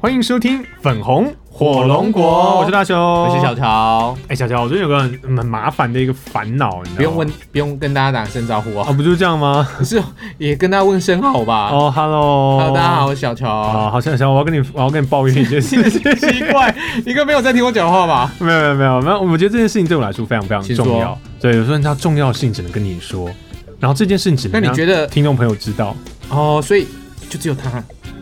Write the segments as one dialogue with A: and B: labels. A: 欢迎收听粉红
B: 火龙果
A: 我是大雄，
B: 我
A: 我
B: 是小。乔，
A: 哎，小乔，我最近有个很很麻烦的一个烦恼，你知道吗
B: 不用问，不用跟大家打声招呼
A: 啊，
B: 哦，
A: 不就这样吗？
B: 不是也跟大家问声好吧？
A: 哦，Hello，
B: Hello，大家好，我是小乔。
A: 啊，好像想我要跟你，我要跟你抱怨一件事 情。
B: 奇怪，你应该没有在听我讲话吧？
A: 没有没有没有没有，我觉得这件事情对我来说非常非常
B: 请
A: 重
B: 说
A: 要。对，有时候它重要性只能跟你说，然后这件事情只
B: 那
A: 能
B: 你觉
A: 让
B: 得
A: 听众朋友知道。
B: 哦，所以就只有他，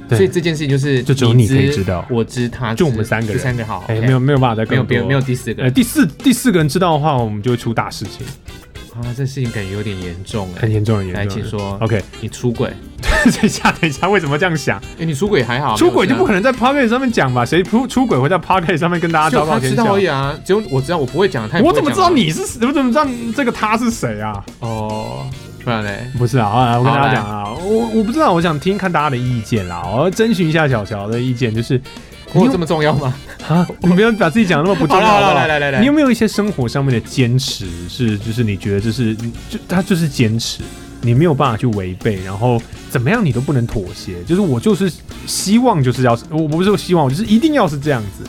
A: 对
B: 所以这件事情就是
A: 就只有你可以知道
B: 我知他知，
A: 就我们三个人
B: 就三个好，
A: 哎，
B: OK
A: 没有没有办法再
B: 没
A: 更
B: 有
A: 多
B: 别人没有第四个
A: 呃，
B: 人
A: 第四第四个人知道的话，我们就会出大事情，
B: 啊，这事情感觉有点严重哎
A: 很。严重很严重。
B: 来，请说
A: OK，
B: 你出轨，
A: 等一下等一下，为什么这样想？
B: 哎，你出轨还好，
A: 出轨就不
B: 可
A: 可能在 p o c a s t 上面讲吧？谁出出轨会在 p o c a s t 上面跟大家
B: 只有
A: 昭告
B: 他
A: 天
B: 知
A: 下
B: 道而？已啊，只有我知道，我不会讲，他也不
A: 我
B: 会
A: 怎么知
B: 讲啊
A: 道？你是谁我怎么知道这个他是谁啊？
B: 哦，不然嘞，
A: 不是啊， 好啊我跟
B: 好
A: 大家
B: 来
A: 讲啊，我我不知道，我想听看大家的意见啦，我要征询一下小乔的意见，就是你
B: 我有
A: 有
B: 这么重要吗？
A: 啊，你不要把自己讲得那么不重
B: 好
A: 要，好
B: 了好
A: 不好
B: 了，来来来来
A: 你，有没有一些生活上面的坚持是，就是你觉得就是就他就是坚持，你没有办法去违背，然后怎么样你都不能妥协，就是我就是希望就是要，我我不是说希望，我就是一定要是这样子。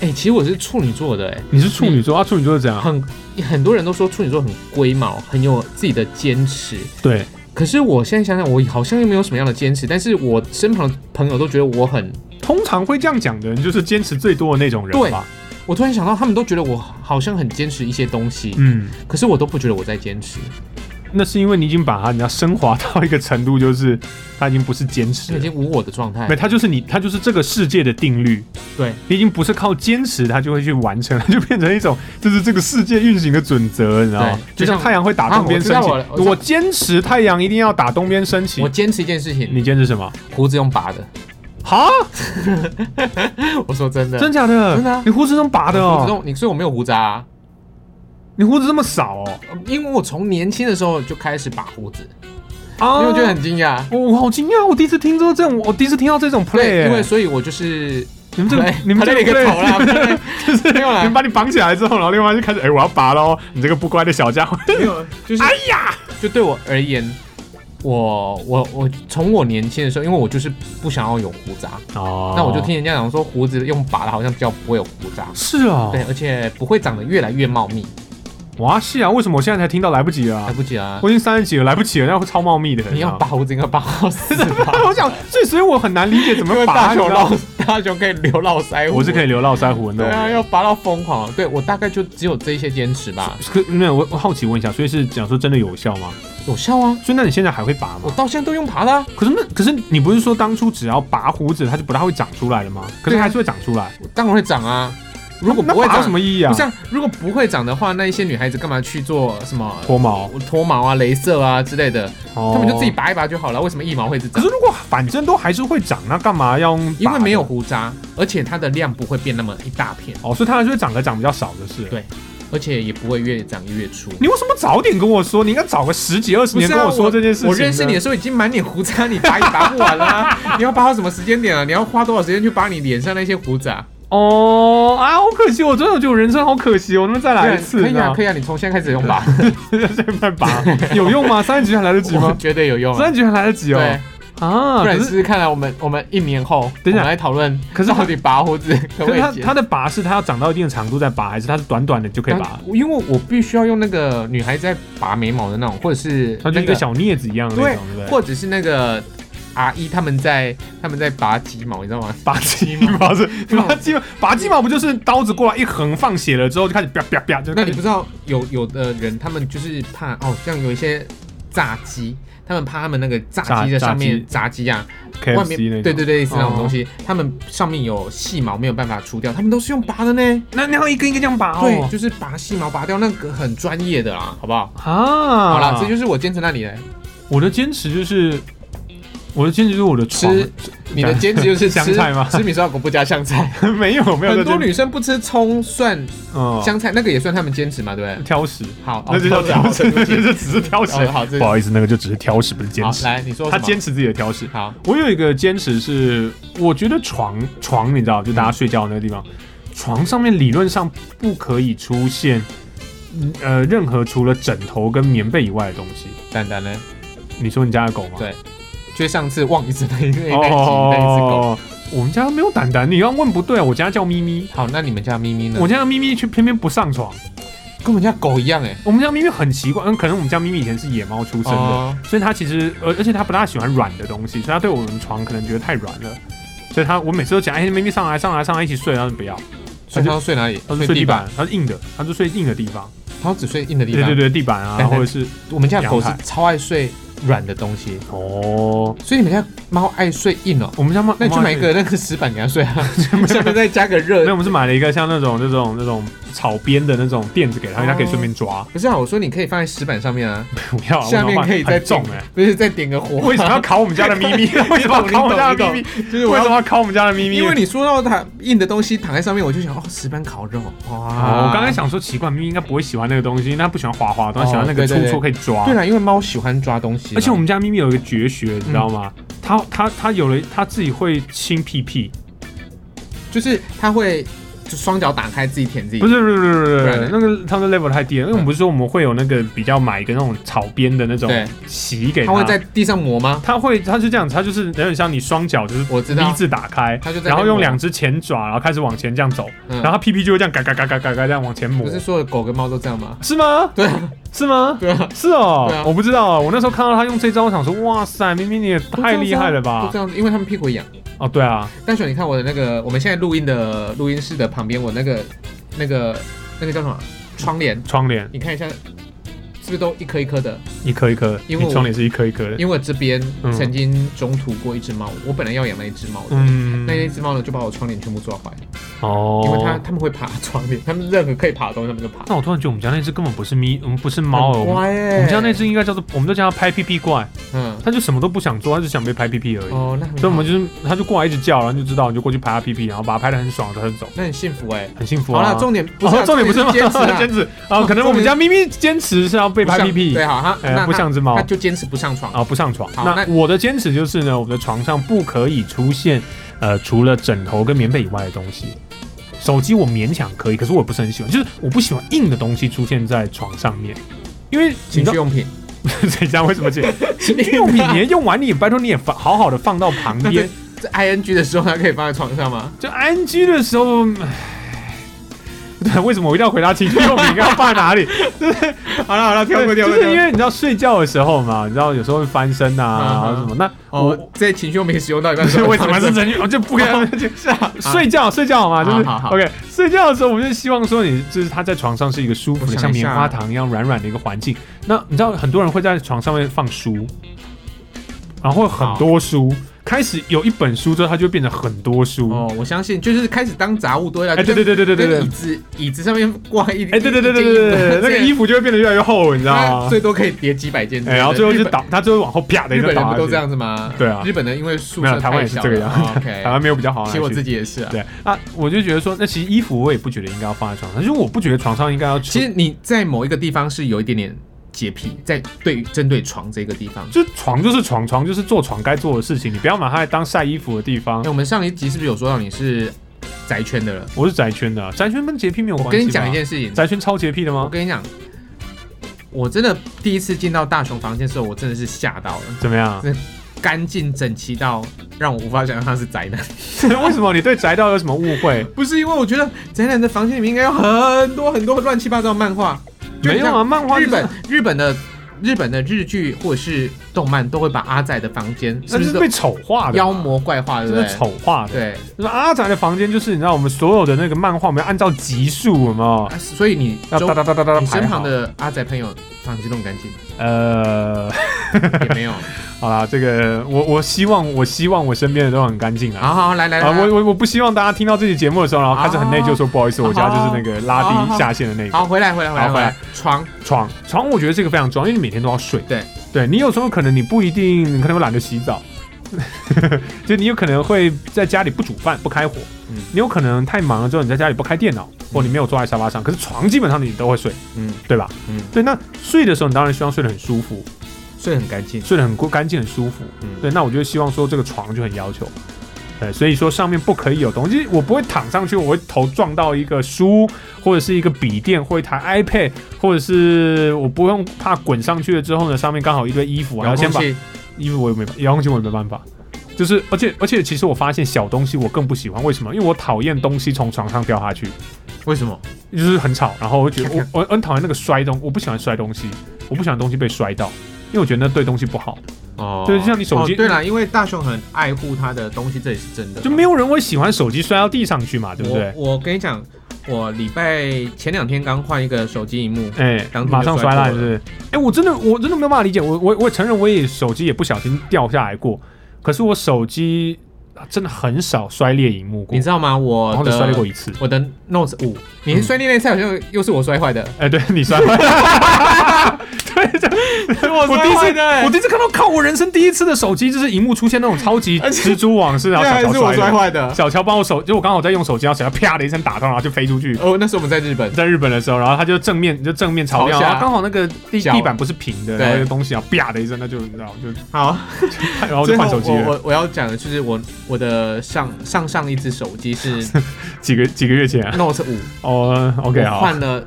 B: 哎、其实我是处女座的、
A: 你是处女座、啊，处女座是怎
B: 哎，
A: 样？
B: 很很多人都说处女座很龟毛，很有自己的坚持。
A: 对，
B: 可是我现在想想，我好像又没有什么样的坚持，但是我身旁的朋友都觉得我很，
A: 通常会这样讲的人就是坚持最多的那种人
B: 对
A: 吧。
B: 我突然想到，他们都觉得我好像很坚持一些东西，
A: 嗯，
B: 可是我都不觉得我在坚持，
A: 那是因为你已经把它你要升华到一个程度，就是它已经不是坚持
B: 这已
A: 了，
B: 经无我的状态
A: 没，。它就是你，它就是这个世界的定律。
B: 对，
A: 你已经不是靠坚持，它就会去完成，它 就变成一种就是这个世界运行的准则，你知道吗？就
B: 对就
A: 像
B: 像
A: 太阳会打东边升
B: 啊
A: 起
B: 我知道，我知道
A: 我坚持太阳一定要打东边升起
B: 我。坚持一件事情，
A: 你坚持什么？
B: 胡子 用拔的。
A: 哈，
B: 我说真的，
A: 真假的？
B: 真的啊
A: 你胡子这么拔的
B: 胡子
A: 哦？
B: 用你，所以我没有胡渣、啊，
A: 你胡子这么少哦？
B: 呃因为我从年轻的时候就开始拔胡子，
A: 啊
B: 因为我觉得很惊讶。
A: 我我好惊讶，我第一次听说这种，我第一次听到这种 play，
B: 对，因为
A: 欸
B: 所以我就是
A: 你们这个
B: 对
A: 你们这
B: 他那
A: 个
B: 个
A: play
B: 头啦，
A: 就
B: 没
A: 是
B: 有
A: 你们
B: 啦，
A: 把你绑起来之后，然后另外就开始，哎、我要拔喽，你这个不乖的小家伙，
B: 没有，就是哎呀，就对我而言，我我我从我年轻的时候，因为我就是不想要有胡渣，
A: 哦
B: 那我就听人家讲说胡子用拔了好像比较不会有胡渣，
A: 是哦，
B: 对，而且不会长得越来越茂密，
A: 哇是啊，为什么我现在才听到来不及了、
B: 来
A: 啊？
B: 不及啊，
A: 我已经三十几了，来不及了，那会超茂密的。
B: 你要拔胡子应该拔到死吧
A: ，我想，所以所以我很难理解怎
B: 因
A: 么
B: 为
A: 拔
B: 大
A: 你
B: 熊
A: 知道
B: 老
A: 吗
B: 大熊可以留络腮胡，
A: 我是可
B: 以。
A: 以留络腮胡的那
B: 对
A: 种
B: 啊，
A: 人。
B: 要拔到疯狂。对我大概就只有这些坚持吧。
A: 可没有，我我好奇问一下，所以是讲说真的有效吗？
B: 有效啊，
A: 所以那你现在还会拔
B: 我
A: 吗？
B: 到现在都用爬的、啊。
A: 可是那可是你不是说当初只要拔胡子它就不大会长出来了吗？可是
B: 对啊
A: 还是会长出来。
B: 我当然会长啊。如果
A: 那
B: 不会
A: 拔有
B: 长
A: 什么意义啊？
B: 不像如果不会长的话，那一些女孩子干嘛去做什么
A: 脱毛，
B: 脱毛啊、镭射啊之类的？
A: 哦
B: 她们就自己。拔一拔就好了。为什么一毛会是
A: 可
B: 长
A: 是？如果反正都还是会长，那干嘛要用拔的？
B: 因为没有胡渣，而且它的量不会变那么一大片，
A: 哦，所以它还是会长得长比较少的是。
B: 对而且也不会越长越粗。
A: 你为什么早点跟我说？你应该早个十几二十
B: 不
A: 年
B: 是
A: 跟
B: 啊，
A: 说这件事情呢。
B: 我认识你的时候已经满脸胡渣，你拔也拔不完啦、 你要拔到什么时间点啊？你要花多少时间去拔你脸上那些胡 子啊？
A: 哦啊，好可惜，我真的觉得我人生好可惜哦，我能不能再来一次？
B: 可以啊，可
A: 以，
B: 以啊，你从现在开始用 吧，
A: 现在拔有用吗？三十局还来得及
B: 我
A: 吗？
B: 绝对有用、啊
A: 三。十局还来得及哦。
B: 对，
A: 啊，
B: 不然
A: 可
B: 试
A: 是
B: 试看啊，我们我们一年后，
A: 等一下
B: 我们来讨论，
A: 可是
B: 到底拔胡子可
A: 可
B: 不可
A: 是它
B: 以剪？
A: 它的拔是它要长到一定的长度再拔，还是它是短短的就可以拔
B: 当？因为我必须要用那个女孩子在拔眉毛的那种，或者是
A: 它就
B: 那
A: 一个
B: 个，
A: 小镊子一样的那种，对不对？
B: 或者是那个阿姨他们在他们在拔鸡毛，你知道吗？
A: 拔鸡毛是
B: 毛
A: 拔鸡毛， 拔鸡毛不就是刀子过来一横放血了之后就开始啪啪啪就开
B: 那你
A: 始
B: 不知道有有的人他们就是怕哦，像有一些炸鸡。他们怕他们那个炸鸡在
A: 炸炸
B: 上
A: 鸡
B: 面炸鸡啊，外
A: KFC 那
B: 面
A: 种
B: 对对对，是那
A: 哦
B: 种东西，他们上面有细毛没有办法除掉，他们都是用拔的呢。
A: 那那要一根一根这样拔
B: 对，
A: 哦。
B: 就是拔细毛拔掉，那个很专业的啦，好不好？
A: 啊，
B: 好啦，这就是我坚持那里的，
A: 我的坚持就是我的坚持就是我的床
B: 吃你的坚持就是吃
A: 香菜吗
B: 吃米烧狗不加香菜，
A: 没有 没有
B: 很
A: 在
B: 多
A: 这
B: 女生不吃葱蒜
A: 嗯
B: 香菜，那个也算他们坚持嘛，对不对？
A: 挑食，
B: 哦好，
A: 那就叫挑食，那就只是挑食。
B: 好好，这
A: 不好意思，那个就只是挑食，不是坚
B: 好
A: 持。
B: 来你说
A: 他
B: 什么
A: 坚持自己的挑食。
B: 好，
A: 我有一个坚持是，我觉得床床你知道，就大家睡觉的那个地方，床上面理论上不可以出现嗯呃任何除了枕头跟棉被以外的东西。
B: 丹丹呢？
A: 你说你家的狗吗？
B: 对就是上次忘一次那一那一那一集那一只狗，
A: 哦，我们家没有胆胆，你刚刚问不对啊，我家叫咪咪，
B: 好，那你们家咪咪呢？
A: 我家的咪咪却偏偏不上床。
B: 跟我们家狗一样哎、
A: 我们家咪咪很奇怪，嗯，可能我们家咪咪以前是野猫出生的，
B: 哦
A: 所以它其实而而且它不大喜欢软的东西，所以它对我们床可能觉得太软了，所以它我每次都讲，哎、咪咪上来上来上来一起睡，它就不要，
B: 所以它要睡哪里？
A: 它就睡地，板，它是硬的，它就睡硬的地方，
B: 它要只睡硬的地
A: 对
B: 方。
A: 对对，地板 啊，
B: 但它
A: 或者是
B: 我们家的狗是
A: 阳台
B: 超爱睡软的东西，
A: 哦，
B: 所以你们家猫爱睡硬哦。
A: 我们家猫，
B: 那你就
A: 猫
B: 买一个那个石板给它睡 啊，下面再加个热
A: 没有，我们是买了一个像那种那种那种草编的那种垫子给它，
B: 哦
A: 它可以顺便抓，
B: 不是啊，我说你可以放在石板上面啊，
A: 不要啊，
B: 下面
A: 我
B: 可以再
A: 很重哎、
B: 不是再点个火。
A: 为什 么要考我们家的咪咪？ 为什么要考我们家的咪咪？
B: 就是我
A: 为
B: 要
A: 什么要考我们家的咪咪？
B: 因为你说到它硬的东西躺在上面，我就想哦，石板烤肉哇！
A: 哦，我刚才想说奇怪，咪咪应该不会喜欢那个东西，因为它不喜欢滑滑的，它喜欢那个
B: 哦对
A: 触
B: 对对
A: 触可以抓。
B: 对了，因为猫喜欢抓东西嘛，
A: 而且我们家咪咪有一个绝学，你知道吗？
B: 嗯
A: 它它它有了，它自己会亲屁屁，
B: 就是它会就双脚打开自己舔自己，
A: 不是不是不是不是
B: 不
A: 不
B: 然
A: 是
B: 呢，
A: 那个它的 level 太低了，因为我们不是说我们会有那个比较买一个那种草编的那种
B: 对
A: 席给
B: 它会在地上磨吗？
A: 它会，它是这样子，它就是有点像你双脚就是
B: 我知道
A: V 字打开
B: 它就，在
A: 然
B: 那边
A: 后用两只前爪，然后开始往前这样走，
B: 嗯
A: 然后它屁屁就会这样嘎嘎嘎嘎嘎嘎这样往前磨
B: 不，是所有狗跟猫都这样吗？
A: 是吗？
B: 对啊，
A: 是吗？
B: 对啊，
A: 是哦
B: 对，啊
A: 我不知道啊，我那时候看到他用这招，我想说，哇塞，明明你也太厉害了
B: 都
A: 吧
B: 这？样子，因为它们屁股痒。
A: 哦，对啊，
B: 但是你看我的那个，我们现在录音的录音室的旁边，我那个那个那个叫什么窗帘，
A: 窗帘
B: 你看一下，是不是都一颗一颗的？
A: 一颗一颗，
B: 因为
A: 你
B: 我
A: 窗帘是一颗一颗的，
B: 因为我这边
A: 嗯
B: 曾经中途过一只猫，我本来要养那一只猫的，
A: 嗯
B: 那一只猫呢就把我窗帘全部抓坏，
A: 哦，
B: 因为它它们会爬窗帘，它们任何可以爬的东西它们就爬。
A: 那我突然觉得我们家那只根本不是咪，我们不是猫哦，
B: 很
A: 我们
B: 乖耶
A: 我们家那只应该叫做，我们都叫它拍屁屁怪，
B: 嗯，
A: 它就什么都不想做，它只想被拍屁屁而已。
B: 哦，那很好
A: 所以我们就是，它就过来一直叫，然后就知道，你就过去拍它屁屁，然后把它拍的很爽，它就走，
B: 那很幸福哎。
A: 很幸福
B: 好
A: 啊。
B: 了，重点不是
A: 哦
B: 啊
A: 重点不是
B: 是
A: 吗
B: 坚持啊
A: 坚持啊，可能我们家咪咪坚持是要被
B: 不
A: 拍
B: 上
A: 屁屁，
B: 对，好，它
A: 哎
B: 那
A: 不像只猫
B: 它就坚持不上床。
A: 啊，不上床。
B: 好
A: 那
B: 那
A: 我的坚持就是呢，我们的床上不可以出现呃除了枕头跟棉被以外的东西。手机我勉强可以，可是我不是很喜欢，就是我不喜欢硬的东西出现在床上面，因为你
B: 情
A: 知道
B: 趣用品，
A: 谁家为什么这 样？ 情趣用品你也用完，你也拜托你也放好好的放到旁
B: 那
A: 边
B: 这。这 I N G 的时候，它可以放在床上吗？
A: 就 NG 的时候，唉 对，为什么我一定要回答情绪用品？要放哪里？
B: 好了好了，跳过跳
A: 就
B: 过。
A: 是
B: 跳过
A: 因为你知道睡觉的时候嘛，你知道有时候会翻身啊，
B: 嗯
A: 然后什么？那我
B: 哦，在情绪用品使用到一半的时
A: 所以
B: 候，
A: 为什么是情绪？我就不跟他们
B: 是啊？
A: 睡觉睡觉嘛，就是
B: 好好好
A: OK。睡觉的时候，我们就希望说你就是他在床上是一个舒服
B: 我
A: 的，
B: 想
A: 像
B: 一
A: 棉
B: 下
A: 花糖一样软软的一个环境。那你知道很多人会在床上面放书，然后会很多书，开始有一本书之后，它就会变成很多书。
B: 哦，我相信就是开始当杂物堆了。
A: 嗯哎，对对对对对对对
B: 跟椅，子椅子上面挂一，
A: 哎，对对对对对对，对那个衣
B: 服，
A: 服就会变得越来越厚，你知道吗
B: 它？最多可以叠几百件之
A: 哎，
B: 类的。
A: 然后最后
B: 日
A: 就
B: 本
A: 倒，它最后往后啪的一
B: 日
A: 个
B: 本人
A: 倒
B: 不
A: 下
B: 都这
A: 去。
B: 样子吗？
A: 对啊
B: 日本人因为宿
A: 没有
B: 舍
A: 台湾也是这个样
B: 太小了哦
A: 台湾
B: OK，
A: 没有比较好哪里
B: 其
A: 去，
B: 实我自己也是啊。
A: 对啊，我就觉得说，那其实衣服我也不觉得应该要放在床上，就是我不觉得床上应该要出。
B: 其实你在某一个地方是有一点点洁癖，在对针对床这个地方。
A: 就床就是床，床就是做床该做的事情，你不要把它来当晒衣服的地方
B: 哎，。我们上一集是不是有说到你是宅圈的了？
A: 我是宅圈的啊，宅圈跟洁癖没有关系
B: 我
A: 吧。
B: 跟你讲一件事情，
A: 宅圈超洁癖的
B: 我
A: 吗？
B: 跟你讲，我真的第一次进到大雄房间的时候，我真的是吓到了，
A: 怎么样？
B: 干净整齐到让我无法想象他是宅男。
A: 为什么你对宅道有什么误会？
B: 不是因为我觉得宅男的房间里面应该有很多很多乱七八糟的漫画，就
A: 没有啊，
B: 像
A: 漫画就
B: 日
A: 是
B: 本日本的日本的日剧或者是动漫都会把阿仔的房间是
A: 那
B: 不
A: 就是
B: 是都
A: 被丑化的嘛，
B: 妖魔怪化，对
A: 就
B: 不
A: 是
B: 对？
A: 丑化的。
B: 对，
A: 就是阿宅的房间，就是你知道我们所有的那个漫画，我们要按照集数，有没有？
B: 啊所以你
A: 要
B: 周
A: 哒哒哒哒哒
B: 你
A: 排
B: 身
A: 好
B: 旁。的阿仔朋友房间弄干净
A: 呃，
B: 也没有？
A: 好啦，这个我我希望我希望我身边的都很干净啊。
B: 好好来来
A: 啊，
B: 来，
A: 我我我不希望大家听到这期节目的时候，然后开始很内疚说不好意思，我家就是那个拉低下线的那个
B: 啊好回来回来回
A: 好
B: 来
A: 回
B: 回
A: 来
B: 来床
A: 床床，我觉得这个非常重要，因为你每天都要睡。
B: 对，
A: 对你有时候可能你不一定，你可能会懒得洗澡， 就你有可能会在家里不煮饭、不开火，
B: 嗯
A: 你有可能太忙了之后你在家里不开电脑，或你没有坐在沙发上，可是床基本上你都会睡，
B: 嗯
A: 对吧？
B: 嗯，
A: 对，那睡的时候你当然希望睡得很舒服，
B: 睡很干净，
A: 睡得很干净、很舒服。
B: 嗯
A: 对，那我就希望说这个床就很要求。对，所以说上面不可以有东西，我不会躺上去，我会头撞到一个书，或者是一个笔电，或一台 iPad，或者是我不用怕滚上去了之后呢，上面刚好一堆衣服啊，然后先把
B: 气
A: 衣服我也没，遥控器我也没办法，就是而且而且其实我发现小东西我更不喜欢，为什么？因为我讨厌东西从床上掉下去，
B: 为什么？
A: 就是很吵，然后我会觉得我我我很讨厌那个摔东，我不喜欢摔东西，我不喜欢东西被摔到，因为我觉得那对东西不好。
B: 哦
A: 对就像你手机
B: 哦对啦，因为大雄很爱护他的东西，这也是真的。
A: 就没有人会喜欢手机摔到地上去嘛，对不对？
B: 我我跟你讲，我礼拜前两天刚换一个手机荧幕，
A: 哎、
B: 当天就
A: 马上摔
B: 摔破
A: 烂是不是？哎、我真的我真的没有办法理解，我我我承认我也手机也不小心掉下来过，可是我手机啊真的很少摔裂荧幕过，
B: 你知道吗？
A: 然
B: 我
A: 后只摔
B: 的
A: 裂过一次。
B: 我的 Note 五，你摔那一次好像又是我摔坏的，
A: 哎、对你 摔坏，对，这
B: 我
A: 我第一次我
B: 我
A: 第一次看到，靠，我人生第一次的手机就是荧幕出现那种超级
B: 而且
A: 蜘蛛网似的，
B: 对
A: 然
B: 啊，
A: 后
B: 是
A: 小
B: 我
A: 乔摔
B: 摔
A: 的。
B: 坏的。
A: 小乔帮我手，就我刚好在用手机，然后小乔啪的一声打到，然后就飞出去。
B: 哦，那时候我们在日本，
A: 在日本的时候，然后他就正面就正面朝
B: 朝
A: 掉，
B: 下
A: 然后刚好那个地
B: 脚
A: 地板不是平的，
B: 对
A: 然后那个东西啊，啪的一声，那就你知道就
B: 好，
A: 然后
B: 最
A: 就
B: 后
A: 换手机
B: 我
A: 了。
B: 我我要讲的就是我我的上上上一只手机 是
A: 几个几个月前啊，
B: Note 五
A: 哦，OK
B: 我
A: 好，
B: 换了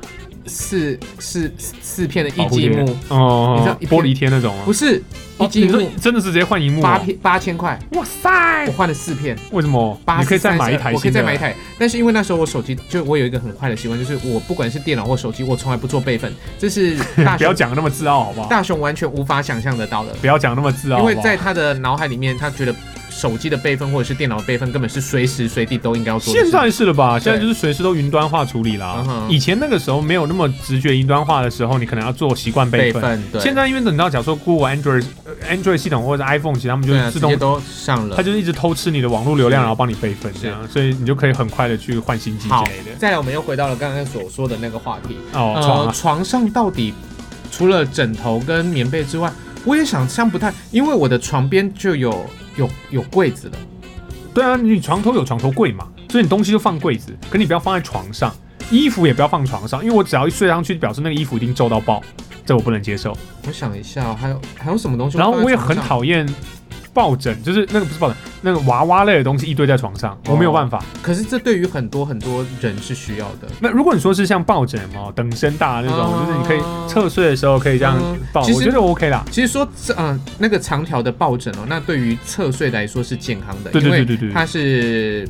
B: 四四四片的一
A: 保护
B: 季
A: 贴
B: 幕，你知
A: 哦
B: 道，一片
A: 玻璃贴那种啊
B: 不，是一
A: 哦
B: 季
A: 你说
B: 幕
A: 真的是直接换荧幕哦？
B: 八片八千块，
A: 哇塞
B: 我，换了四片。
A: 为什么？
B: 八
A: 你
B: 十
A: 可以再买一台新的，啊
B: 我可以再买一台。但是因为那时候我手机，就我有一个很坏的习惯，就是我不管是电脑或手机，我从来不做备份，这是大
A: 不要
B: 雄
A: 讲得那么自傲好不好？
B: 大雄完全无法想象得到的，
A: 不要讲那么自傲，
B: 因为
A: 好不好
B: 在他的脑海里面，他觉得手机的备份或者是电脑的备份根本是随时随地都应该要做的事
A: 现在是了吧？现在
B: 对
A: 就是随时都云端化处理
B: 嗯
A: 啦。
B: 哼
A: 以前那个时候没有那么直觉云端化的时候，你可能要做习惯备
B: 备
A: 份。
B: 份，对，
A: 现在因为等到假如说 Google Android 呃 Android 系统或者 iPhone，其实他们就
B: 对啊，
A: 自
B: 直
A: 动
B: 接都上
A: 它
B: 了。
A: 就是一直偷吃你的网络流量，
B: 是
A: 然后帮你备份这样，所以你就可以很快的去换新机
B: 好
A: 之类的。
B: 再来，我们又回到了刚刚所说的那个话题，
A: 哦，床
B: 呃，
A: 啊，
B: 床上到底除了枕头跟棉被之外，我也想象不太，因为我的床边就有有有柜子了。
A: 对啊，你床头有床头柜嘛，所以你东西就放柜子，可你不要放在床上，衣服也不要放床上，因为我只要一睡上去，表示那个衣服一定皱到爆，这我不能接受。
B: 我想一下哦、还有还有什么东西？
A: 然后我也很
B: 放在床上，
A: 讨厌抱枕，就是那个不是抱枕，那个娃娃类的东西一堆在床上，
B: 哦
A: 我没有办法。
B: 可是这对于很多很多人是需要的。
A: 那如果你说是像抱枕嘛，等身大那种，
B: 哦
A: 就是你可以侧睡的时候可以这样
B: 嗯
A: 抱，
B: 其实
A: 我觉得 OK 啦。
B: 其实说这嗯、那个长条的抱枕哦，那对于侧睡来说是健康的，
A: 对对对对
B: 因
A: 对
B: 为它是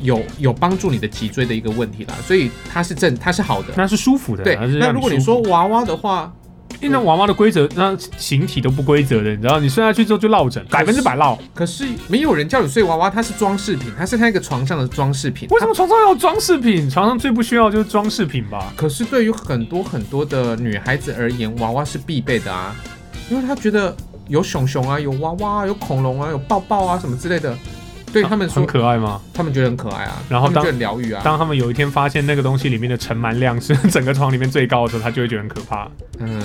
B: 有有帮助你的脊椎的一个问题啦，所以它是正它是好的。
A: 那是舒服的，
B: 对
A: 还是，
B: 那
A: 让
B: 如果你
A: 舒服
B: 说娃娃的话，
A: 因为那娃娃的规则，那形体都不规则的，你知道，你睡下去之后就落枕，百分之百落。
B: 可是没有人叫你睡娃娃，它是装饰品，它是那个床上的装饰品。
A: 为什
B: 它？
A: 么床上要有装饰品？床上最不需要就是装饰品吧？
B: 可是对于很多很多的女孩子而言，娃娃是必备的啊，因为她觉得有熊熊啊，有娃娃啊，有恐龙啊，有抱抱啊什么之类的，对他们
A: 很
B: 说，
A: 可爱吗？
B: 他们觉得很可爱啊，
A: 然后
B: 他们
A: 当
B: 觉得疗愈啊，
A: 当他们有一天发现那个东西里面的尘螨量是 整个床里面最高的时候，他就会觉得很可怕。
B: 嗯、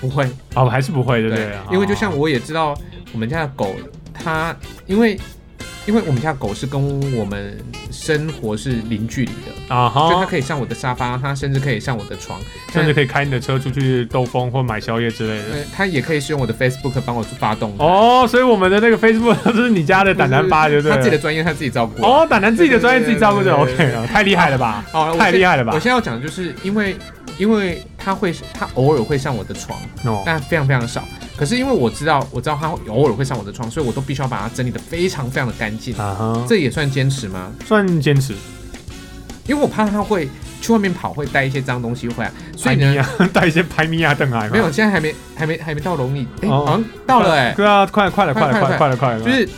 B: 不会，
A: 哦，还是不会，对不对？哦
B: 因为就像我也知道我们家的狗，它因为因为我们家的狗是跟我们生活是零距离的，
A: 啊
B: 所以它
A: 哈，
B: 可以上我的沙发，它甚至可以上我的床，
A: 甚至可以开你的车出去兜风或买宵夜之类的。
B: 呃，它也可以使用我的 Facebook 帮我去发动。
A: 哦，所以我们的那个 Facebook 就是你家的
B: 就是，
A: 胆南吧，对不
B: 它自己的
A: 对？
B: 专业，它自己照顾啊。
A: 哦，胆南自己的专业自己照顾就
B: 对
A: OK
B: 对对对
A: 了，太厉害了吧？
B: 好，我
A: 太
B: 现
A: 厉害了吧
B: 我现在要讲的就是因为，因为他会，他偶尔会上我的床，
A: 哦，
B: 但非常非常少。可是因为我知道，我知道他会偶尔会上我的床，所以我都必须要把它整理的非常非常的干净。
A: 啊哈，
B: 这也算坚持吗？
A: 算坚持。
B: 因为我怕他会去外面跑，会带一些脏东西回来，所
A: 拍
B: 以
A: 米
B: 呢，
A: 亚啊 带一些拍米亚邓来嘛？
B: 没有，现在还没，还没，还没到笼里，哎、
A: 哦
B: 好像到了、哎，
A: 对啊，快了快了快了
B: 快
A: 快了快了快了，
B: 就是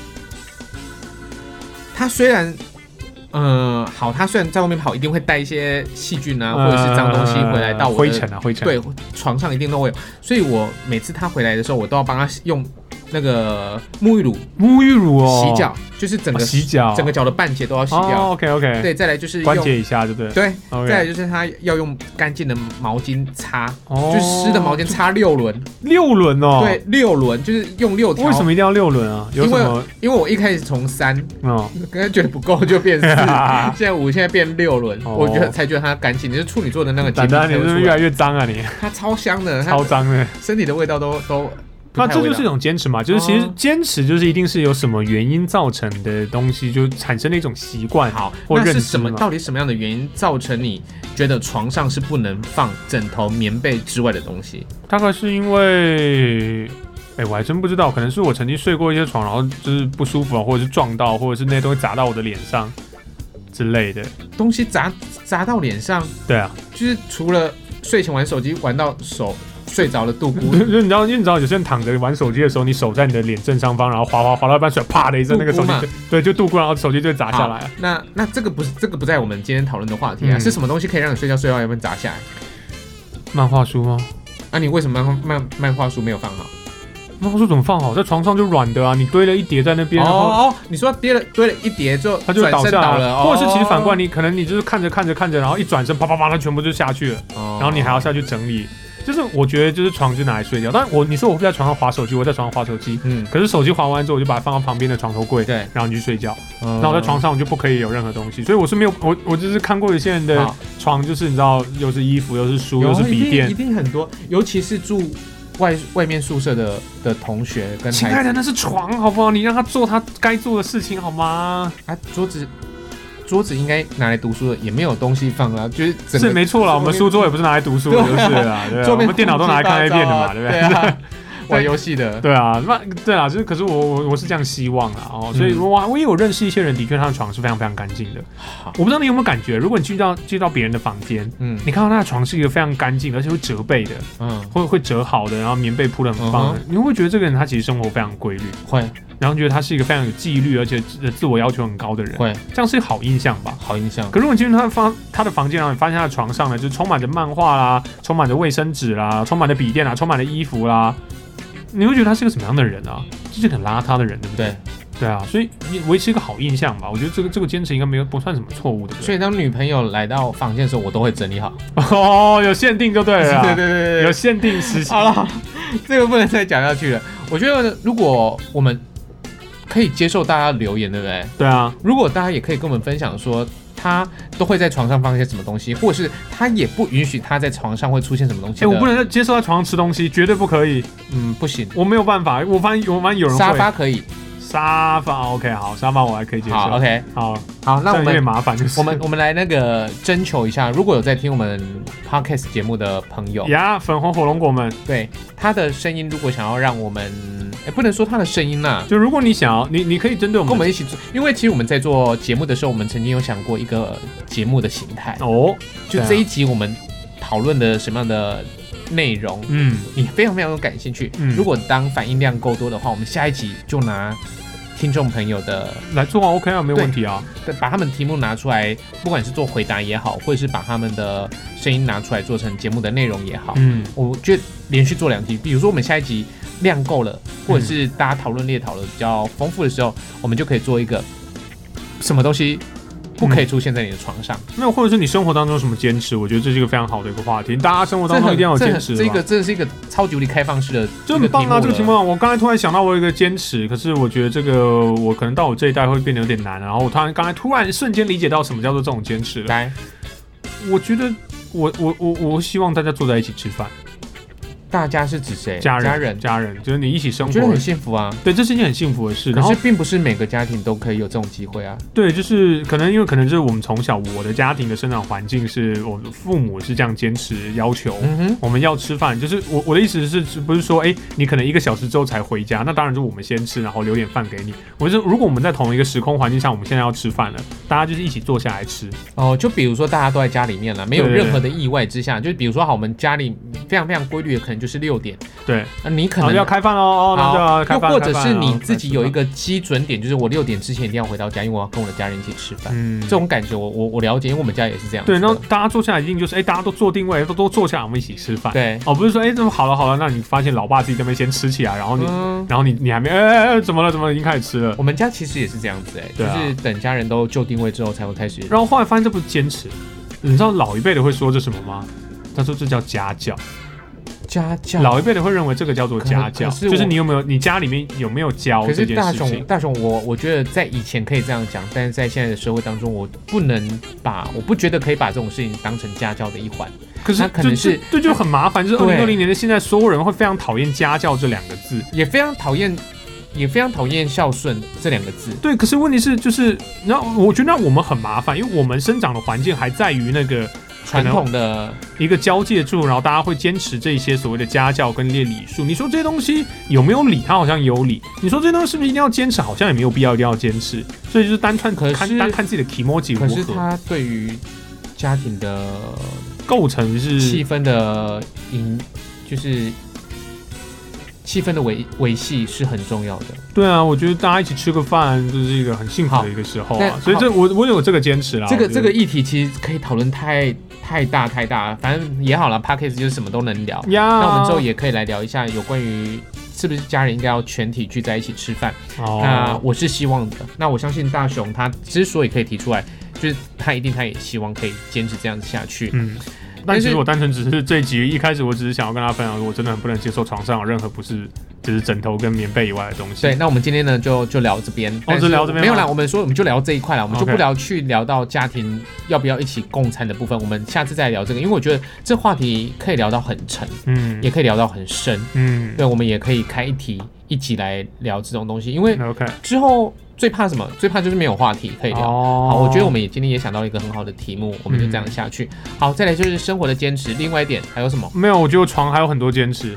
B: 他虽然。呃，好，他虽然在外面跑，一定会带一些细菌啊，或者是脏东西回来到我
A: 呃
B: 的
A: 灰尘啊灰尘，
B: 对，床上一定都会有，所以我每次他回来的时候，我都要帮他用那个沐浴乳
A: 沐浴乳哦，
B: 洗脚，就是整
A: 哦
B: 个、
A: 洗脚，
B: 整个脚的半截都要洗掉。
A: 哦，OK OK，，
B: 对，再来就是
A: 关
B: 用
A: 节一下对不对？
B: 对，
A: OK
B: 再来就是他要用干净的毛巾擦，
A: 哦
B: 就是湿的毛巾擦六轮，
A: 六轮哦，
B: 对，，六轮就是用六条。
A: 为什？么一定要六轮啊？有什
B: 因为
A: 么？
B: 因为我一开始从三，
A: 嗯，
B: 刚刚觉得不够就 变四，现在五，现在变六轮，
A: 哦
B: 我觉得才觉得它干净。就是处女座的那个洁
A: 丹
B: 癖
A: 丹，
B: 才
A: 你
B: 会
A: 是不
B: 出
A: 是越来
B: 来，
A: 越脏啊 你？
B: 它超香的，它
A: 超脏的。
B: 身体的味道都都。
A: 那
B: 不太
A: 这
B: 味
A: 就
B: 道
A: 是一种坚持嘛，就是其实
B: 哦
A: 坚持就是一定是有什么原因造成的东西，就产生了一种习惯
B: 好，
A: 或
B: 那
A: 认
B: 是
A: 知
B: 什么？
A: 嘛。
B: 到底什么样的原因造成你觉得床上是不能放枕头、棉被之外的东西？
A: 大概是因为哎、我还真不知道，可能是我曾经睡过一些床，然后就是不舒服啊，或者是撞到，或者是那些东西砸到我的脸上之类的。
B: 东西砸砸到脸上，
A: 对啊，
B: 就是除了睡前玩手机玩到手睡着 了度
A: 就
B: 孤，
A: 就你知道，因为你知道，有些人躺着玩手机的时候，你手在你的脸正上方，然后滑滑滑到一半，水啪的一声，那个手机
B: 度孤
A: 就对就度过，然后手机就砸下来
B: 好
A: 了。
B: 那那这个不是这个不在我们今天讨论的话题啊，
A: 嗯
B: 是什么东西可以让你睡觉睡到一半砸下来？
A: 漫画书吗？
B: 那、你为什么漫漫漫画书没有放好？
A: 漫画书怎么放好？在床上就软的啊，你堆了一叠在那边，然后
B: 哦哦，你说跌了堆了一叠之后，
A: 它就
B: 转
A: 倒
B: 身
A: 下来
B: 倒了，哦
A: 或者是其实反过来，
B: 你，
A: 你可能你就是看着看着看着，然后一转身，啪啪啪，它全部就下去了，
B: 哦
A: 然后你还要下去整理。就是我觉得就是床就拿来睡觉，但我你说我会在床上划手机，我在床上划手机，
B: 嗯，
A: 可是手机划完之后我就把它放到旁边的床头柜，
B: 对，嗯
A: 然后你去睡觉。
B: 然
A: 嗯那我在床上我就不可以有任何东西，所以我是没有我我就是看过有些人的
B: 好
A: 床就是你知道又是衣服又是书
B: 啊有
A: 又是
B: 一
A: 笔
B: 定一
A: 电，
B: 定很多，尤其是住外外面宿舍的的同学跟
A: 亲
B: 孩
A: 爱
B: 子
A: 的那是床好不好？你让他做他该做的事情好吗？
B: 啊，桌子桌子应该拿来读书的，也没有东西放啊，就是整
A: 是
B: 个
A: 没错啦，我们书桌也不是拿来读书的，就是了啦， 对啊，我们电脑都拿来看 A 片的嘛，对
B: 对
A: 不对？
B: 啊，玩游戏的，
A: 对啊，那对啊，就是可是我我我是这样希望啦哦，所以
B: 嗯
A: 我我也有认识一些人，的确他的床是非常非常干净的。我不知道你有没有感觉，如果你去到去到别人的房间，
B: 嗯
A: 你看到他的床是一个非常干净，而且会折被的，
B: 嗯，
A: 会会折好的，然后棉被铺的很棒的，你会觉得这个人他其实生活非常规律，
B: 会
A: 然后觉得他是一个非常有纪律，而且自自我要求很高的人，
B: 会
A: 这样是一个好印象吧？
B: 好印象，
A: 可是我进入他的房他的房间，然后你发现他的床上呢，就充满着漫画啦，充满着卫生纸啦，充满着笔电啦，充满着衣服啦，你会觉得他是个什么样的人啊？就是个很邋遢的人，对不对？
B: 对，
A: 对啊，所以你维持一个好印象吧。我觉得这个这个坚持应该没有不算什么错误的。
B: 所
A: 以
B: 以当女朋友来到房间的时候，我都会整理好，
A: 哦，有限定就对了啦，
B: 对对对
A: 有
B: 对，
A: 限定时期。
B: 好了，好了这个不能再讲下去了。我觉得如果我们可以接受大家留言，对不对？
A: 对啊，
B: 如果大家也可以跟我们分享说，他都会在床上放一些什么东西，或者是他也不允许他在床上会出现什么东西
A: 哎、
B: 的。
A: 我不能再接受在床上吃东西，绝对不可以，
B: 嗯，不行。
A: 我没有办法。我发现我发现有人会
B: 沙发可以，
A: 沙发 OK 好，沙发我还可以接受。
B: 好，OK，
A: 好，
B: 好，
A: 这
B: 那我
A: 样有点
B: 们
A: 麻烦，就是
B: 我 们我们来那个征求一下，如果有在听我们 podcast 节目的朋友，
A: 呀，粉红火龙果们。
B: 对他的声音，如果想要让我们，哎，不能说他的声音啦，
A: 就如果你想要，你你可以针对我们
B: 跟我们一起做，因为其实我们在做节目的时候，我们曾经有想过一个节目的形态，
A: 哦，
B: 就
A: 对啊
B: 这一集我们讨论的什么样的内容，
A: 嗯，
B: 你非常非常有感兴趣。
A: 嗯
B: 如果当反应量够多的话，我们下一集就拿听众朋友的，
A: 来做啊，OK 啊，没有问题啊，
B: 把他们题目拿出来，不管是做回答也好，或者是把他们的声音拿出来做成节目的内容也好，
A: 嗯，
B: 我觉得连续做两集，比如说我们下一集量够了，或者
A: 嗯
B: 是大家讨论列讨论比较丰富的时候，我们就可以做一个什么东西不可以出现在你的床上。
A: 没有，或者是你生活当中什么坚持，我觉得这是一个非常好的一个话题，大家生活
B: 这
A: 当中
B: 很
A: 一定要有
B: 这
A: 坚
B: 很
A: 持吧。
B: 这个真的是一个超级无敌开放式的，
A: 就很棒啊，这个题目
B: 了
A: 啊，我刚才突然想到，我有一个坚持，可是我觉得这个我可能到我这一代会变得有点难，然后我突然刚才突然瞬间理解到什么叫做这种坚持了。
B: 来，
A: 我觉得我我我我希望大家坐在一起吃饭，
B: 大家是指谁？
A: 家人
B: 家人
A: 家人，就是你一起生
B: 我觉得
A: 活
B: 很，幸福啊。
A: 对，这是一件很幸福的事。
B: 可
A: 然后
B: 是并不是每个家庭都可以有这种机会啊。
A: 对，就是可能因为可能就是我们从小我的家庭的生长环境是我的父母是这样坚持要求。
B: 嗯哼，
A: 我们要吃饭，就是我我的意思是，是不是说，哎、你可能一个小时之后才回家，那当然就是我们先吃，然后留点饭给你。我是如果我们在同一个时空环境下，我们现在要吃饭了，大家就是一起坐下来吃，
B: 哦，就比如说大家都在家里面了，没有
A: 对对对
B: 任何的意外之下，就比如说好，我们家里非常非常规律的，可能就是六点，
A: 对，
B: 那你可
A: 然后
B: 能
A: 要开饭喽，哦，那就
B: 好
A: 要开
B: 又
A: 饭，
B: 或者
A: 开
B: 是
A: 饭了
B: 你自己有一，
A: 哦
B: 个基准点，就是我六点之前一定要回到家，因为我要跟我的家人一起吃
A: 开
B: 饭。
A: 始嗯，
B: 这种感觉我我我了解，因为我们家也是这样子
A: 对，
B: 的。
A: 然后大家坐下来一定就是，哎、大家都坐定位，都都坐下来，我们一起吃饭。
B: 对，
A: 哦，不是说，哎、这么好了好了，那你发现老爸自己在那边先吃起来，然后你
B: 嗯，
A: 然后你你还没哎哎哎，怎么了怎么了，已经开始吃了。
B: 我们家其实也是这样子哎，
A: 对啊
B: 就是等家人都就定位之后才会开始。
A: 然后后来发现这不是坚持，你知道老一辈的会说这什么吗？他说这叫家教，
B: 家教
A: 老一辈的会认为这个叫做家教，
B: 可是我
A: 就是你有没有你家里面有没有教
B: 可
A: 这
B: 是
A: 件
B: 大
A: 事
B: 雄，
A: 情。
B: 大雄，我我觉得在以前可以这样讲，但是在现在的社会当中，我不能把，我不觉得可以把这种事情当成家教的一环。
A: 可是
B: 那可能
A: 这
B: 是
A: 这这就很麻烦，就是二
B: 对
A: 零二零年的现在，所有人会非常讨厌家教这两个字。
B: 也非常讨厌，也非常讨厌孝顺这两个字。
A: 对，可是问题是就是，那我觉得那我们很麻烦，因为我们生长的环境还在于那个。
B: 传统的
A: 一个交界处，然后大家会坚持这些所谓的家教跟列礼数。你说这些东西有没有理？它好像有理。你说这些东西是不是一定要坚持？好像也没有必要一定要坚持。所以就是单看
B: 可是
A: 看单看自己的 emoji
B: 可
A: 如
B: 是
A: 何，
B: 它对于家庭的
A: 构成
B: 气
A: 是
B: 氛的营，就是气氛的维维系是很重要的。
A: 对啊。我觉得大家一起吃个饭，这、是一个很幸福
B: 好
A: 的一个时候
B: 那
A: 啊。所以这我我有这个坚持啦。
B: 这
A: 我
B: 个
A: 觉
B: 这
A: 得
B: 个议题其实可以讨论太太大太大，反正也好了 p a c k a g e 就是什么都能聊。
A: 呀，
B: 那我们之后也可以来聊一下有关于是不是家人应该要全体聚在一起吃饭。那
A: 哦，
B: 我是希望的。那我相信大雄他之所以可以提出来，就是他一定他也希望可以坚持这样子下去。
A: 嗯。但
B: 但
A: 其实
B: 是
A: 我单纯只是这一集一开始，我只是想要跟大家分享，我真的很不能接受床上有任何不是就是枕头跟棉被以外的东西。
B: 对，，那我们今天呢就就聊这边，但
A: 只
B: 是
A: 哦聊这边吗
B: 没有啦，我们说我们就聊这一块啦，我们就
A: OK
B: 不聊去聊到家庭要不要一起共餐的部分，我们下次再聊这个，因为我觉得这话题可以聊到很沉，
A: 嗯，
B: 也可以聊到很深，
A: 嗯
B: 对，我们也可以开一题一起来聊这种东西，因为
A: ，OK，
B: 之后最怕什么？最怕就是没有话题可以聊。
A: 哦嗯
B: 好，我觉得我们也今天也想到一个很好的题目，我们就这样下去。好，再来就是生活的坚持。另外一点还有什么？
A: 没有，我觉得我床还有很多坚持。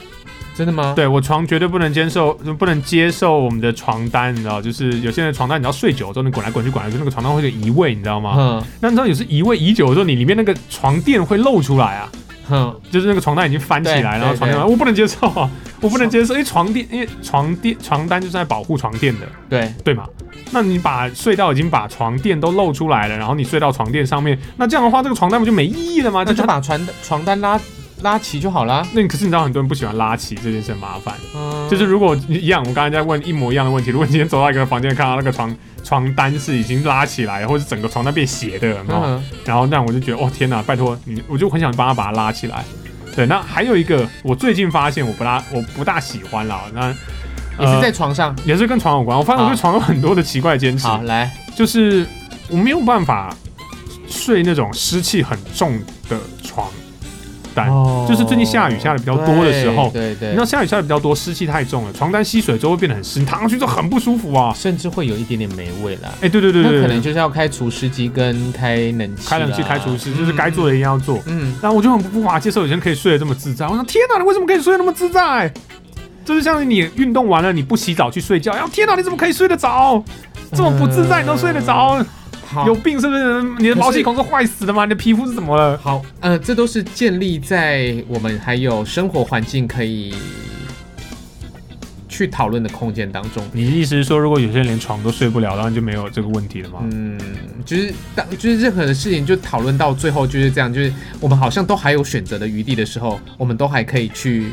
B: 真的吗？
A: 对我床绝对不能接受，不能接受我们的床单，你知道，就是有些人的床单，你知道睡久了之后，你滚来滚去滚来滚去，那个床单会有移位，你知道吗？
B: 哼
A: 那你知道有时移位移久了之后，你里面那个床垫会露出来啊，
B: 哼，
A: 就是那个床单已经翻起来，然
B: 对
A: 后床
B: 对
A: 垫
B: 对
A: 我不能接受啊，我不能接受，因为床垫，因为床垫床单就是在保护床垫的，
B: 对，
A: 对吗？那你把睡到已经把床垫都露出来了，然后你睡到床垫上面，那这样的话，这个床单不就没意义了吗？
B: 那就
A: 它
B: 把床床单拉拉齐就好啦。
A: 那可是你知道很多人不喜欢拉起这件事很麻烦，
B: 嗯，
A: 就是如果一样，我刚才在问一模一样的问题，如果你今天走到一个房间看到那个床床单是已经拉起来，或者是整个床单变斜的，有没有
B: 嗯
A: 然后那我就觉得哦天哪，拜托你，我就很想帮他把它拉起来。对，那还有一个我最近发现我不大我不大喜欢啦，那呃
B: 也是在床上。
A: 也是跟床有关，我发现我对
B: 好
A: 床有很多的奇怪坚持，
B: 好，来，
A: 呃就是我没有办法睡那种湿气很重的床单。
B: 哦
A: 就是最近下雨下得比较多的时候
B: 对对
A: 你知道下雨下的比较多，湿气太重了，床单吸水之后会变得很湿，你躺上去就很不舒服啊。
B: 甚至会有一点点霉味啦。
A: 哎、对对对对
B: 那
A: 对，
B: 可能就是要开除湿机跟开冷气啦，
A: 开冷气、开除湿，就是该做的一定要做。
B: 嗯。嗯，
A: 然后我就很无法接受有些人可以睡得这么自在。我想，天哪，你为什么可以睡得那么自在？就是像你运动完了，你不洗澡去睡觉，然后天哪，你怎么可以睡得着？这么不自在，你都睡得着？
B: 好
A: 有病是不嗯是？你的毛细孔是坏死的吗？你的皮肤是怎么了？
B: 好，呃，这都是建立在我们还有生活环境可以去讨论的空间当中。
A: 你的意思是说，如果有些人连床都睡不了，然后就没有这个问题了吗？
B: 嗯，就是当就是任何的事情，就讨论到最后就是这样，就是我们好像都还有选择的余地的时候，我们都还可以去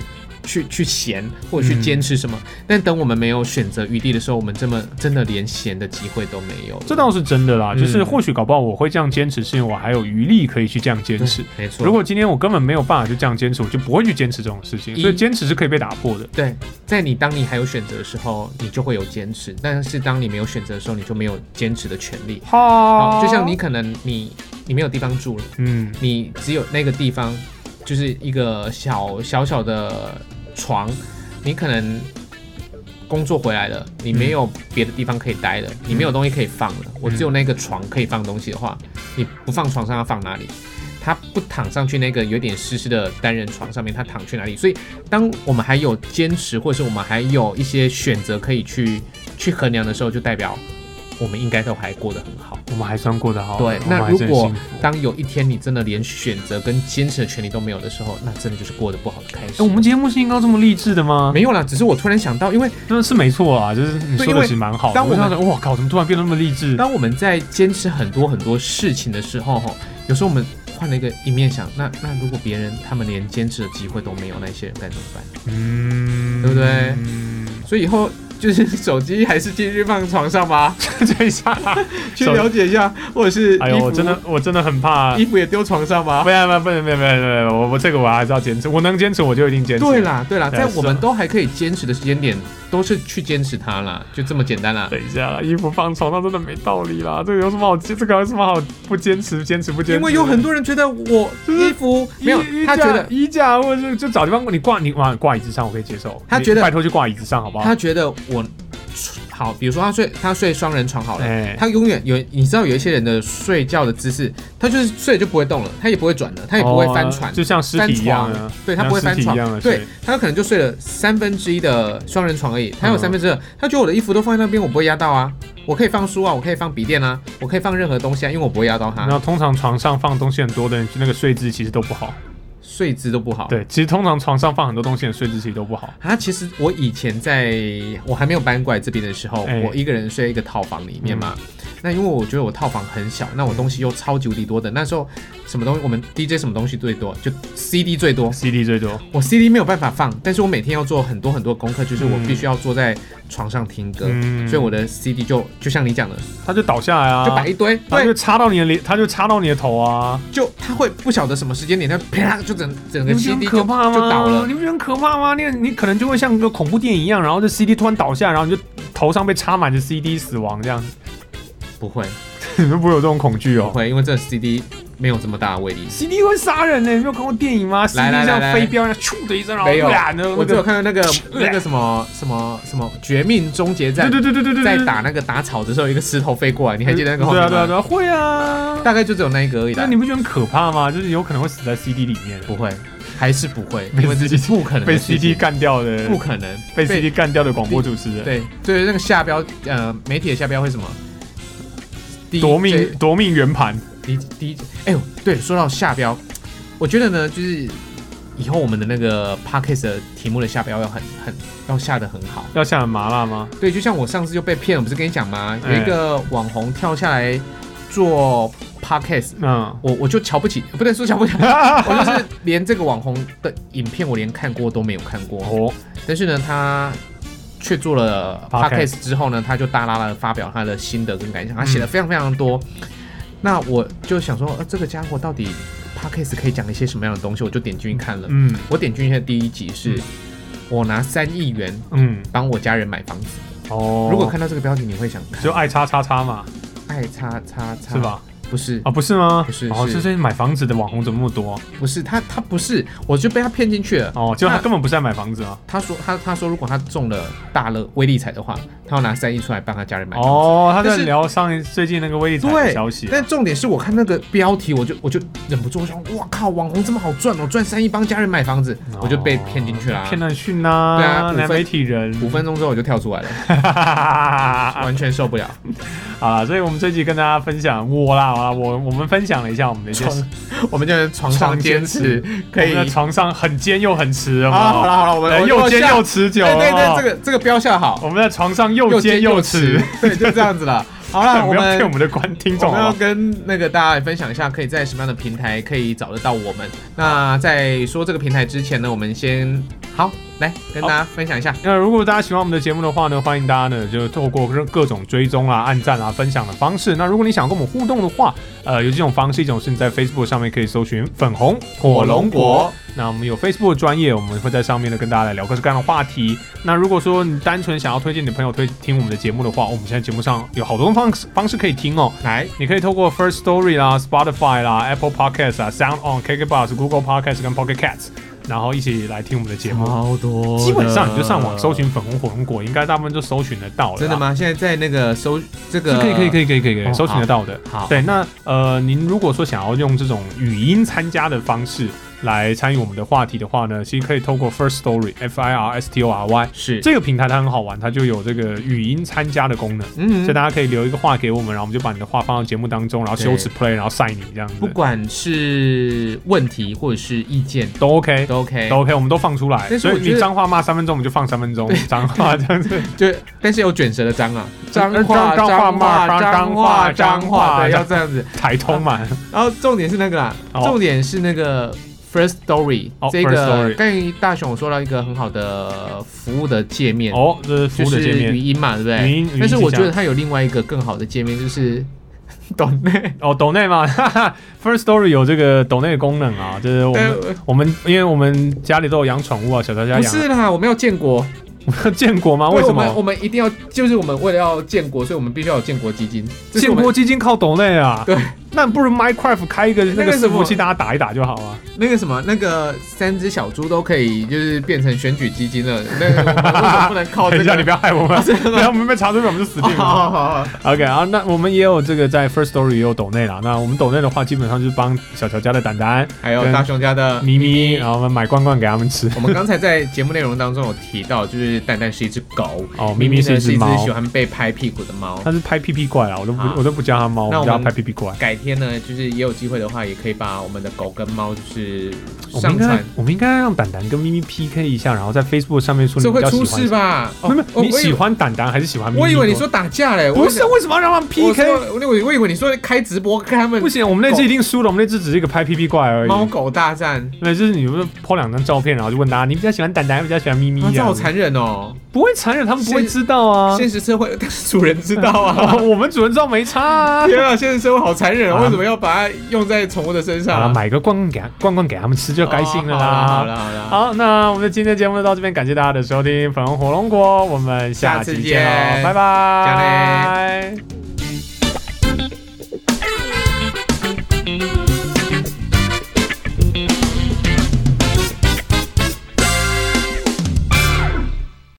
B: 去去闲或者去
A: 嗯
B: 坚持什么。但等我们没有选择余地的时候，我们这么真的连闲的机会都没有了。
A: 这倒是真的啦，
B: 嗯
A: 就是或许搞不好我会这样坚持，是因为我还有余力可以去这样坚持。
B: 没错。
A: 如果今天我根本没有办法去这样坚持，我就不会去坚持这种事情。
B: 一
A: 所以坚持是可以被打破的。
B: 对，在你当你还有选择的时候，你就会有坚持；但是当你没有选择的时候，你就没有坚持的权利。
A: 好
B: 好，就像你，可能你你没有地方住了，
A: 嗯
B: 你只有那个地方就是一个小小小的床，你可能工作回来了，你没有别的地方可以待了，你没有东西可以放了，我只有那个床可以放东西的话，你不放床上要放哪里？他不躺上去那个有点湿湿的单人床上面，他躺去哪里？所以，当我们还有坚持，或是我们还有一些选择可以去去衡量的时候，就代表我们应该都还过得很好。
A: 我们还算过得好。
B: 对，
A: 我们
B: 哦那
A: 还
B: 如
A: 真
B: 果
A: 幸福
B: 当有一天你真的连选择跟坚持的权利都没有的时候，那真的就是过得不好的开
A: 哎，
B: 始。
A: 我们节目是应该这么励志的吗？
B: 没有啦，只是我突然想到，因为
A: 那是没错啊，就是你说
B: 对因
A: 的
B: 为
A: 其实蛮好的。
B: 当我们
A: 想说，哇靠，怎么突然变得那么励志？
B: 当我们在坚持很多很多事情的时候，吼，有时候我们换了一个一面想，那那如果别人他们连坚持的机会都没有，那些人该怎么办？
A: 嗯，
B: 对不对
A: 嗯？
B: 所以以后就是手机还是继续放床上 吧，
A: 这一下，
B: 去
A: 手
B: 了解一下，或者是
A: 哎呦，
B: 衣服
A: 我真的我真的很怕。
B: 衣服也丢床上吧
A: 不。要不要不能不能不能不能，我我这个我还是要坚持，我能坚持我就一定坚持。
B: 对啦，对啦，
A: 对
B: 在
A: 是
B: 我们
A: 啊
B: 都还可以坚持的时间点，都是去坚持它啦，就这么简单啦。
A: 等一下啦，衣服放床上真的没道理啦，这个有什么好坚？这个有什么好不坚持？坚持不坚持？
B: 因为有很多人觉得我
A: 就是
B: 衣服
A: 衣
B: 没有
A: 衣，
B: 他
A: 架
B: 觉得
A: 衣架或者是就找地方你挂你挂挂椅子上，我可以接受。
B: 他
A: 你
B: 觉得
A: 拜托去挂椅子上好不好
B: 他？觉得我好，比如说他睡他睡双人床好了，
A: 哎
B: 他永远有你知道有一些人的睡觉的姿势，他就是睡就不会动了，他也不会转了，他也不会翻船，
A: 哦就像尸体一样啊
B: 翻床，对他不会翻
A: 像尸体
B: 床
A: 一样的，啊
B: 对他有可能就睡了三分之一的双人床而已，他有
A: 嗯
B: 三分之二，他觉得我的衣服都放在那边，我不会压到啊，我可以放书啊，我可以放笔电啊，我可以放任何东西啊，因为我不会压到
A: 然
B: 他，
A: 后通常床上放东西很多的人，那个睡姿其实都不好。
B: 睡姿都不好。
A: 对，其实通常床上放很多东西的睡姿其实都不好。
B: 啊，其实我以前在我还没有搬过来这边的时候，
A: 哎嗯
B: 我一个人睡一个套房里面嘛。那因为我觉得我套房很小，那我东西又超级无敌多的。那时候什么东西，我们 DJ 什么东西最多，就 CD 最多。
A: CD 最多，
B: 我 CD 没有办法放，但是我每天要做很多很多功课，就是我
A: 嗯
B: 必须要坐在床上听歌，
A: 嗯
B: 所以我的 CD 就就像你讲的，
A: 他就倒下来啊，
B: 就摆一堆，
A: 他就
B: 对，
A: 插到你的脸，他就插到你的头啊，
B: 就它会不晓得什么时间点，它啪就整整
A: 你
B: 个
A: 不觉得
B: CD
A: 很可
B: 就就
A: 怕吗？
B: 倒了。
A: 你不觉得很可怕吗？你你可能就会像一个恐怖电影一样，然后这 CD 突然倒下，然后你就头上被插满着 CD 死亡这样，
B: 不会
A: 你们不会有这种恐惧
B: 不
A: 哦。
B: 会，因为这个 CD 没有这么大的威力。
A: CD 会杀人呢、你没有看过电影吗？CD
B: 来来
A: 这样
B: 来来
A: 飞镖，咻的一声，然后
B: 没有
A: 啪然后啊
B: 我
A: 那
B: 只
A: 个，
B: 有看到那个
A: 对
B: 那个什么什么什么《绝命终结战
A: 对》对对对对对，
B: 在
A: 对
B: 打那个打草的时候，有一个石头飞过来，你还记得那个画
A: 对
B: 面
A: 啊
B: 吗？
A: 对啊对啊，会啊。
B: 大概就只有那一个而已
A: 那
B: 啦。
A: 你不觉得很可怕吗？就是有可能会死在 CD 里面，
B: 不会，还是不会，
A: 被
B: 因为这是
A: CD
B: 不可能
A: 被
B: 的事
A: CD
B: 情，
A: 干掉的，
B: 不可能
A: 被 CD 干掉的广播主持人，
B: 对对那个下标呃媒体的下标会什么？第一
A: 夺命夺命圆盘，
B: 第第一，哎呦，对，说到下标，我觉得呢，就是以后我们的那个 podcast 的题目的下标要很很要下的很好。
A: 要下很麻辣吗？
B: 对，就像我上次就被骗了，不是跟你讲吗？有
A: 哎
B: 一个网红跳下来做 podcast，
A: 嗯，
B: 我我就瞧不起，不能说瞧不起，我就是连这个网红的影片我连看过都没有看过。
A: 哦，
B: 但是呢，他却做了
A: podcast
B: podcast 之后呢，他就大拉拉的发表他的心得跟感想，他写的非常非常多。那我就想说，呃，这个家伙到底 podcast 可以讲一些什么样的东西？我就点进去看了。
A: 嗯
B: 我点进去的第一集是，
A: 嗯
B: 我拿三亿元
A: 嗯，
B: 帮我家人买房子。
A: 哦，
B: 如果看到这个标题，你会想看
A: 就爱叉叉叉嘛，
B: 爱叉叉叉
A: 是？吧？
B: 不是，
A: 啊，不是吗？
B: 不是
A: 哦，
B: 是
A: 这些买房子的网红怎么那么多？
B: 不是，他他不是，我就被他骗进去了。
A: 哦，就他
B: 那
A: 根本不是在买房子啊。
B: 他说他他说，如果他中了大乐威力彩的话，他要拿三亿出来帮他家人买。
A: 哦，他在
B: 但是
A: 聊上一最近那个威力彩的
B: 对
A: 消息啊，
B: 但重点是我看那个标题，我就我就忍不住我想，哇靠，网红这么好赚哦，赚三亿帮家人买房子，我就被骗进去了、
A: 哦骗。到讯呐，
B: 对啊五
A: 男
B: 分
A: 媒体人，
B: 五分钟之后我就跳出来了，完全 受不了。
A: 好啦，啊所以我们这集跟大家分享我啦，好啦，我我们分享了一下我们的一些
B: 床，我们就是床上
A: 床
B: 坚
A: 坚
B: 持
A: 持，
B: 可以
A: 我。们的床上很尖又很持，有没有
B: 啊好了好了，我们
A: 呃
B: 我们
A: 又尖
B: 下
A: 又持久，
B: 对对
A: 有没有
B: 对，这个这个标下好。
A: 我们在床上又尖又持，，
B: 对，就这样子了。好啦，
A: 不
B: 我
A: 要骗我
B: 们。
A: 们的观听
B: 我
A: 众
B: 们
A: 好不
B: 要
A: 好
B: 跟那个大家分享一下，可以在什么样的平台可以找得到我们。那在说这个平台之前呢，我们先好来跟大家分享一下。
A: 那如果大家喜欢我们的节目的话呢，欢迎大家呢就透过各各种追踪啊、按赞啊、分享的方式。那如果你想跟我们互动的话，呃，有几种方式，一种是你在 Facebook 上面可以搜寻粉红火龙果，那我们有 Facebook 专业，我们会在上面呢跟大家来聊各式各样的话题。那如果说你单纯想要推荐你的朋友推听我们的节目的话，我们现在节目上有好多种方式方式可以听哦。
B: 来，
A: 你可以透过 First Story 啦、Spotify 啦、Apple Podcast 啊、Sound On、KKBox、Google Podcast 跟 Pocket Cats，然后一起来听我们的节目。
B: 多
A: 基本上你就上网搜寻，粉红火龙果，应该大部分都搜寻得到了啦。
B: 真的吗？现在在那个搜这
A: 是
B: 个
A: 可以可以可
B: 以，
A: 以可以可以可以
B: 哦
A: 搜寻得到的。
B: 好
A: 对，那呃，您如果说想要用这种语音参加的方式来参与我们的话题的话呢，其实可以透过 First Story F I R S T O R Y
B: 是
A: 这个平台，它很好玩，它就有这个语音参加的功能。
B: 嗯
A: 所以大家可以留一个话给我们，然后我们就把你的话放到节目当中，然后羞耻 play，然后晒你这样子
B: 不，管是问题或者是意见
A: 都 OK，
B: 都 OK，
A: 都 OK，我们都放出来。
B: 但是
A: 所
B: 我
A: 以
B: 觉
A: 你
B: 得
A: 脏话骂三分钟，我们就放三分钟脏话这样子。
B: 就但是有卷舌的脏啊，脏
A: 呃
B: 话
A: 脏话
B: 脏话
A: 骂
B: 脏
A: 脏
B: 话
A: 话
B: 脏
A: 脏
B: 话，
A: 话
B: 对，
A: 脏
B: 要这样子。
A: 台通嘛，
B: 然后重点是那个啦，
A: 哦
B: 重点是那个 First Story
A: 哦
B: 这
A: First
B: 个
A: Story
B: 刚才大雄我说到一个很好的服务的界面，
A: 哦，这是服
B: 就
A: 务的
B: 是
A: 界
B: 语
A: 面，
B: 音嘛，对不
A: 语
B: 对？
A: 音，
B: 但是我觉
A: 语
B: 得
A: 音信
B: 它有另外一个更好的界面，就是 懂内。
A: 箱哦，抖内嘛 哈哈，First Story 有这个抖内的功能啊，就是我们
B: 呃
A: 我们因为我们家里都有养宠物啊，小乔家养
B: 不是啦，我们要建国，
A: 了建国吗？啊
B: 对
A: 为什
B: 我们我
A: 么？
B: 们一定要，就是我们为了要建国，所以我们必须要有建国基金。这是
A: 建
B: 我们
A: 国基金靠抖内啊？
B: 对，
A: 那不如 Minecraft 开一个那
B: 那个
A: 个
B: 什
A: 伺
B: 么
A: 服器，大家打一打就好啊。
B: 那个什么，那个三只小猪都可以，就是变成选举基金了。那 个我们为什么不能靠
A: 等
B: 哦这
A: 一下，你
B: 个哦
A: 不？要害我们， 然后我们被查出来我们就死定
B: 好
A: 了。
B: 好好 好，
A: OK，啊，那我们也有这个在 First Story 也有抖内啦。那我们抖内的话，基本上就是帮小乔家的蛋蛋、
B: 还有
A: 跟
B: 大熊家的
A: 咪咪，然后我们买罐罐给他们吃。
B: 我们刚才在节目内容当中有提到，就是蛋蛋是一只狗，
A: 哦
B: 咪
A: 咪咪
B: 咪呢是
A: 是一只
B: 一只
A: 猫
B: 喜欢被拍屁股的猫。
A: 它是拍屁屁怪啦，我都不、
B: 啊
A: 我都不叫它猫，
B: 那
A: 我
B: 我
A: 叫它
B: 们
A: 拍屁屁怪。
B: 改天呢，就是也有机会的话，也可以把我们的狗跟猫就是
A: 我们
B: 上
A: 应该
B: 传，，
A: 我们应该让蛋蛋跟咪咪 PK 一下，然后在 Facebook 上面说你
B: 这
A: 比
B: 会
A: 较喜
B: 出
A: 欢
B: 事
A: 谁。
B: 吧？
A: 没有
B: 哦
A: 没有，你喜？
B: 哦
A: 欢蛋蛋还是喜欢咪咪？
B: 我以为我以为你说打架嘞，
A: 不是，为什么要让他们
B: 我想
A: PK？
B: 我说我我以为你说开直播跟他们
A: 不行，我们那次一定输了，我们那次只是一个拍屁屁怪而已。
B: 猫狗大战，
A: 对，就是你们抛两张照片，然后就问大家，你比较喜欢蛋蛋，还是比较喜欢咪咪
B: 啊，这
A: 呀、
B: 好残忍哦！
A: 不会残忍，他们不会
B: 现
A: 知道啊。
B: 现实社会，但是主人知道 啊。
A: 哦我们主人知道没差啊。
B: 天啊，现实社会好残忍哦！
A: 啊
B: 为什么要把它用在宠物的身上
A: 好了，
B: 啊？
A: 买个罐罐给他，罐罐给他们吃就开心了啦。
B: 哦好了好了好了，
A: 好，那我们的今天节目就到这边，感谢大家的收听，粉红火龙果，我们下哦
B: 下次
A: 期见喽，
B: 见
A: 拜拜，
B: 加
A: 拜。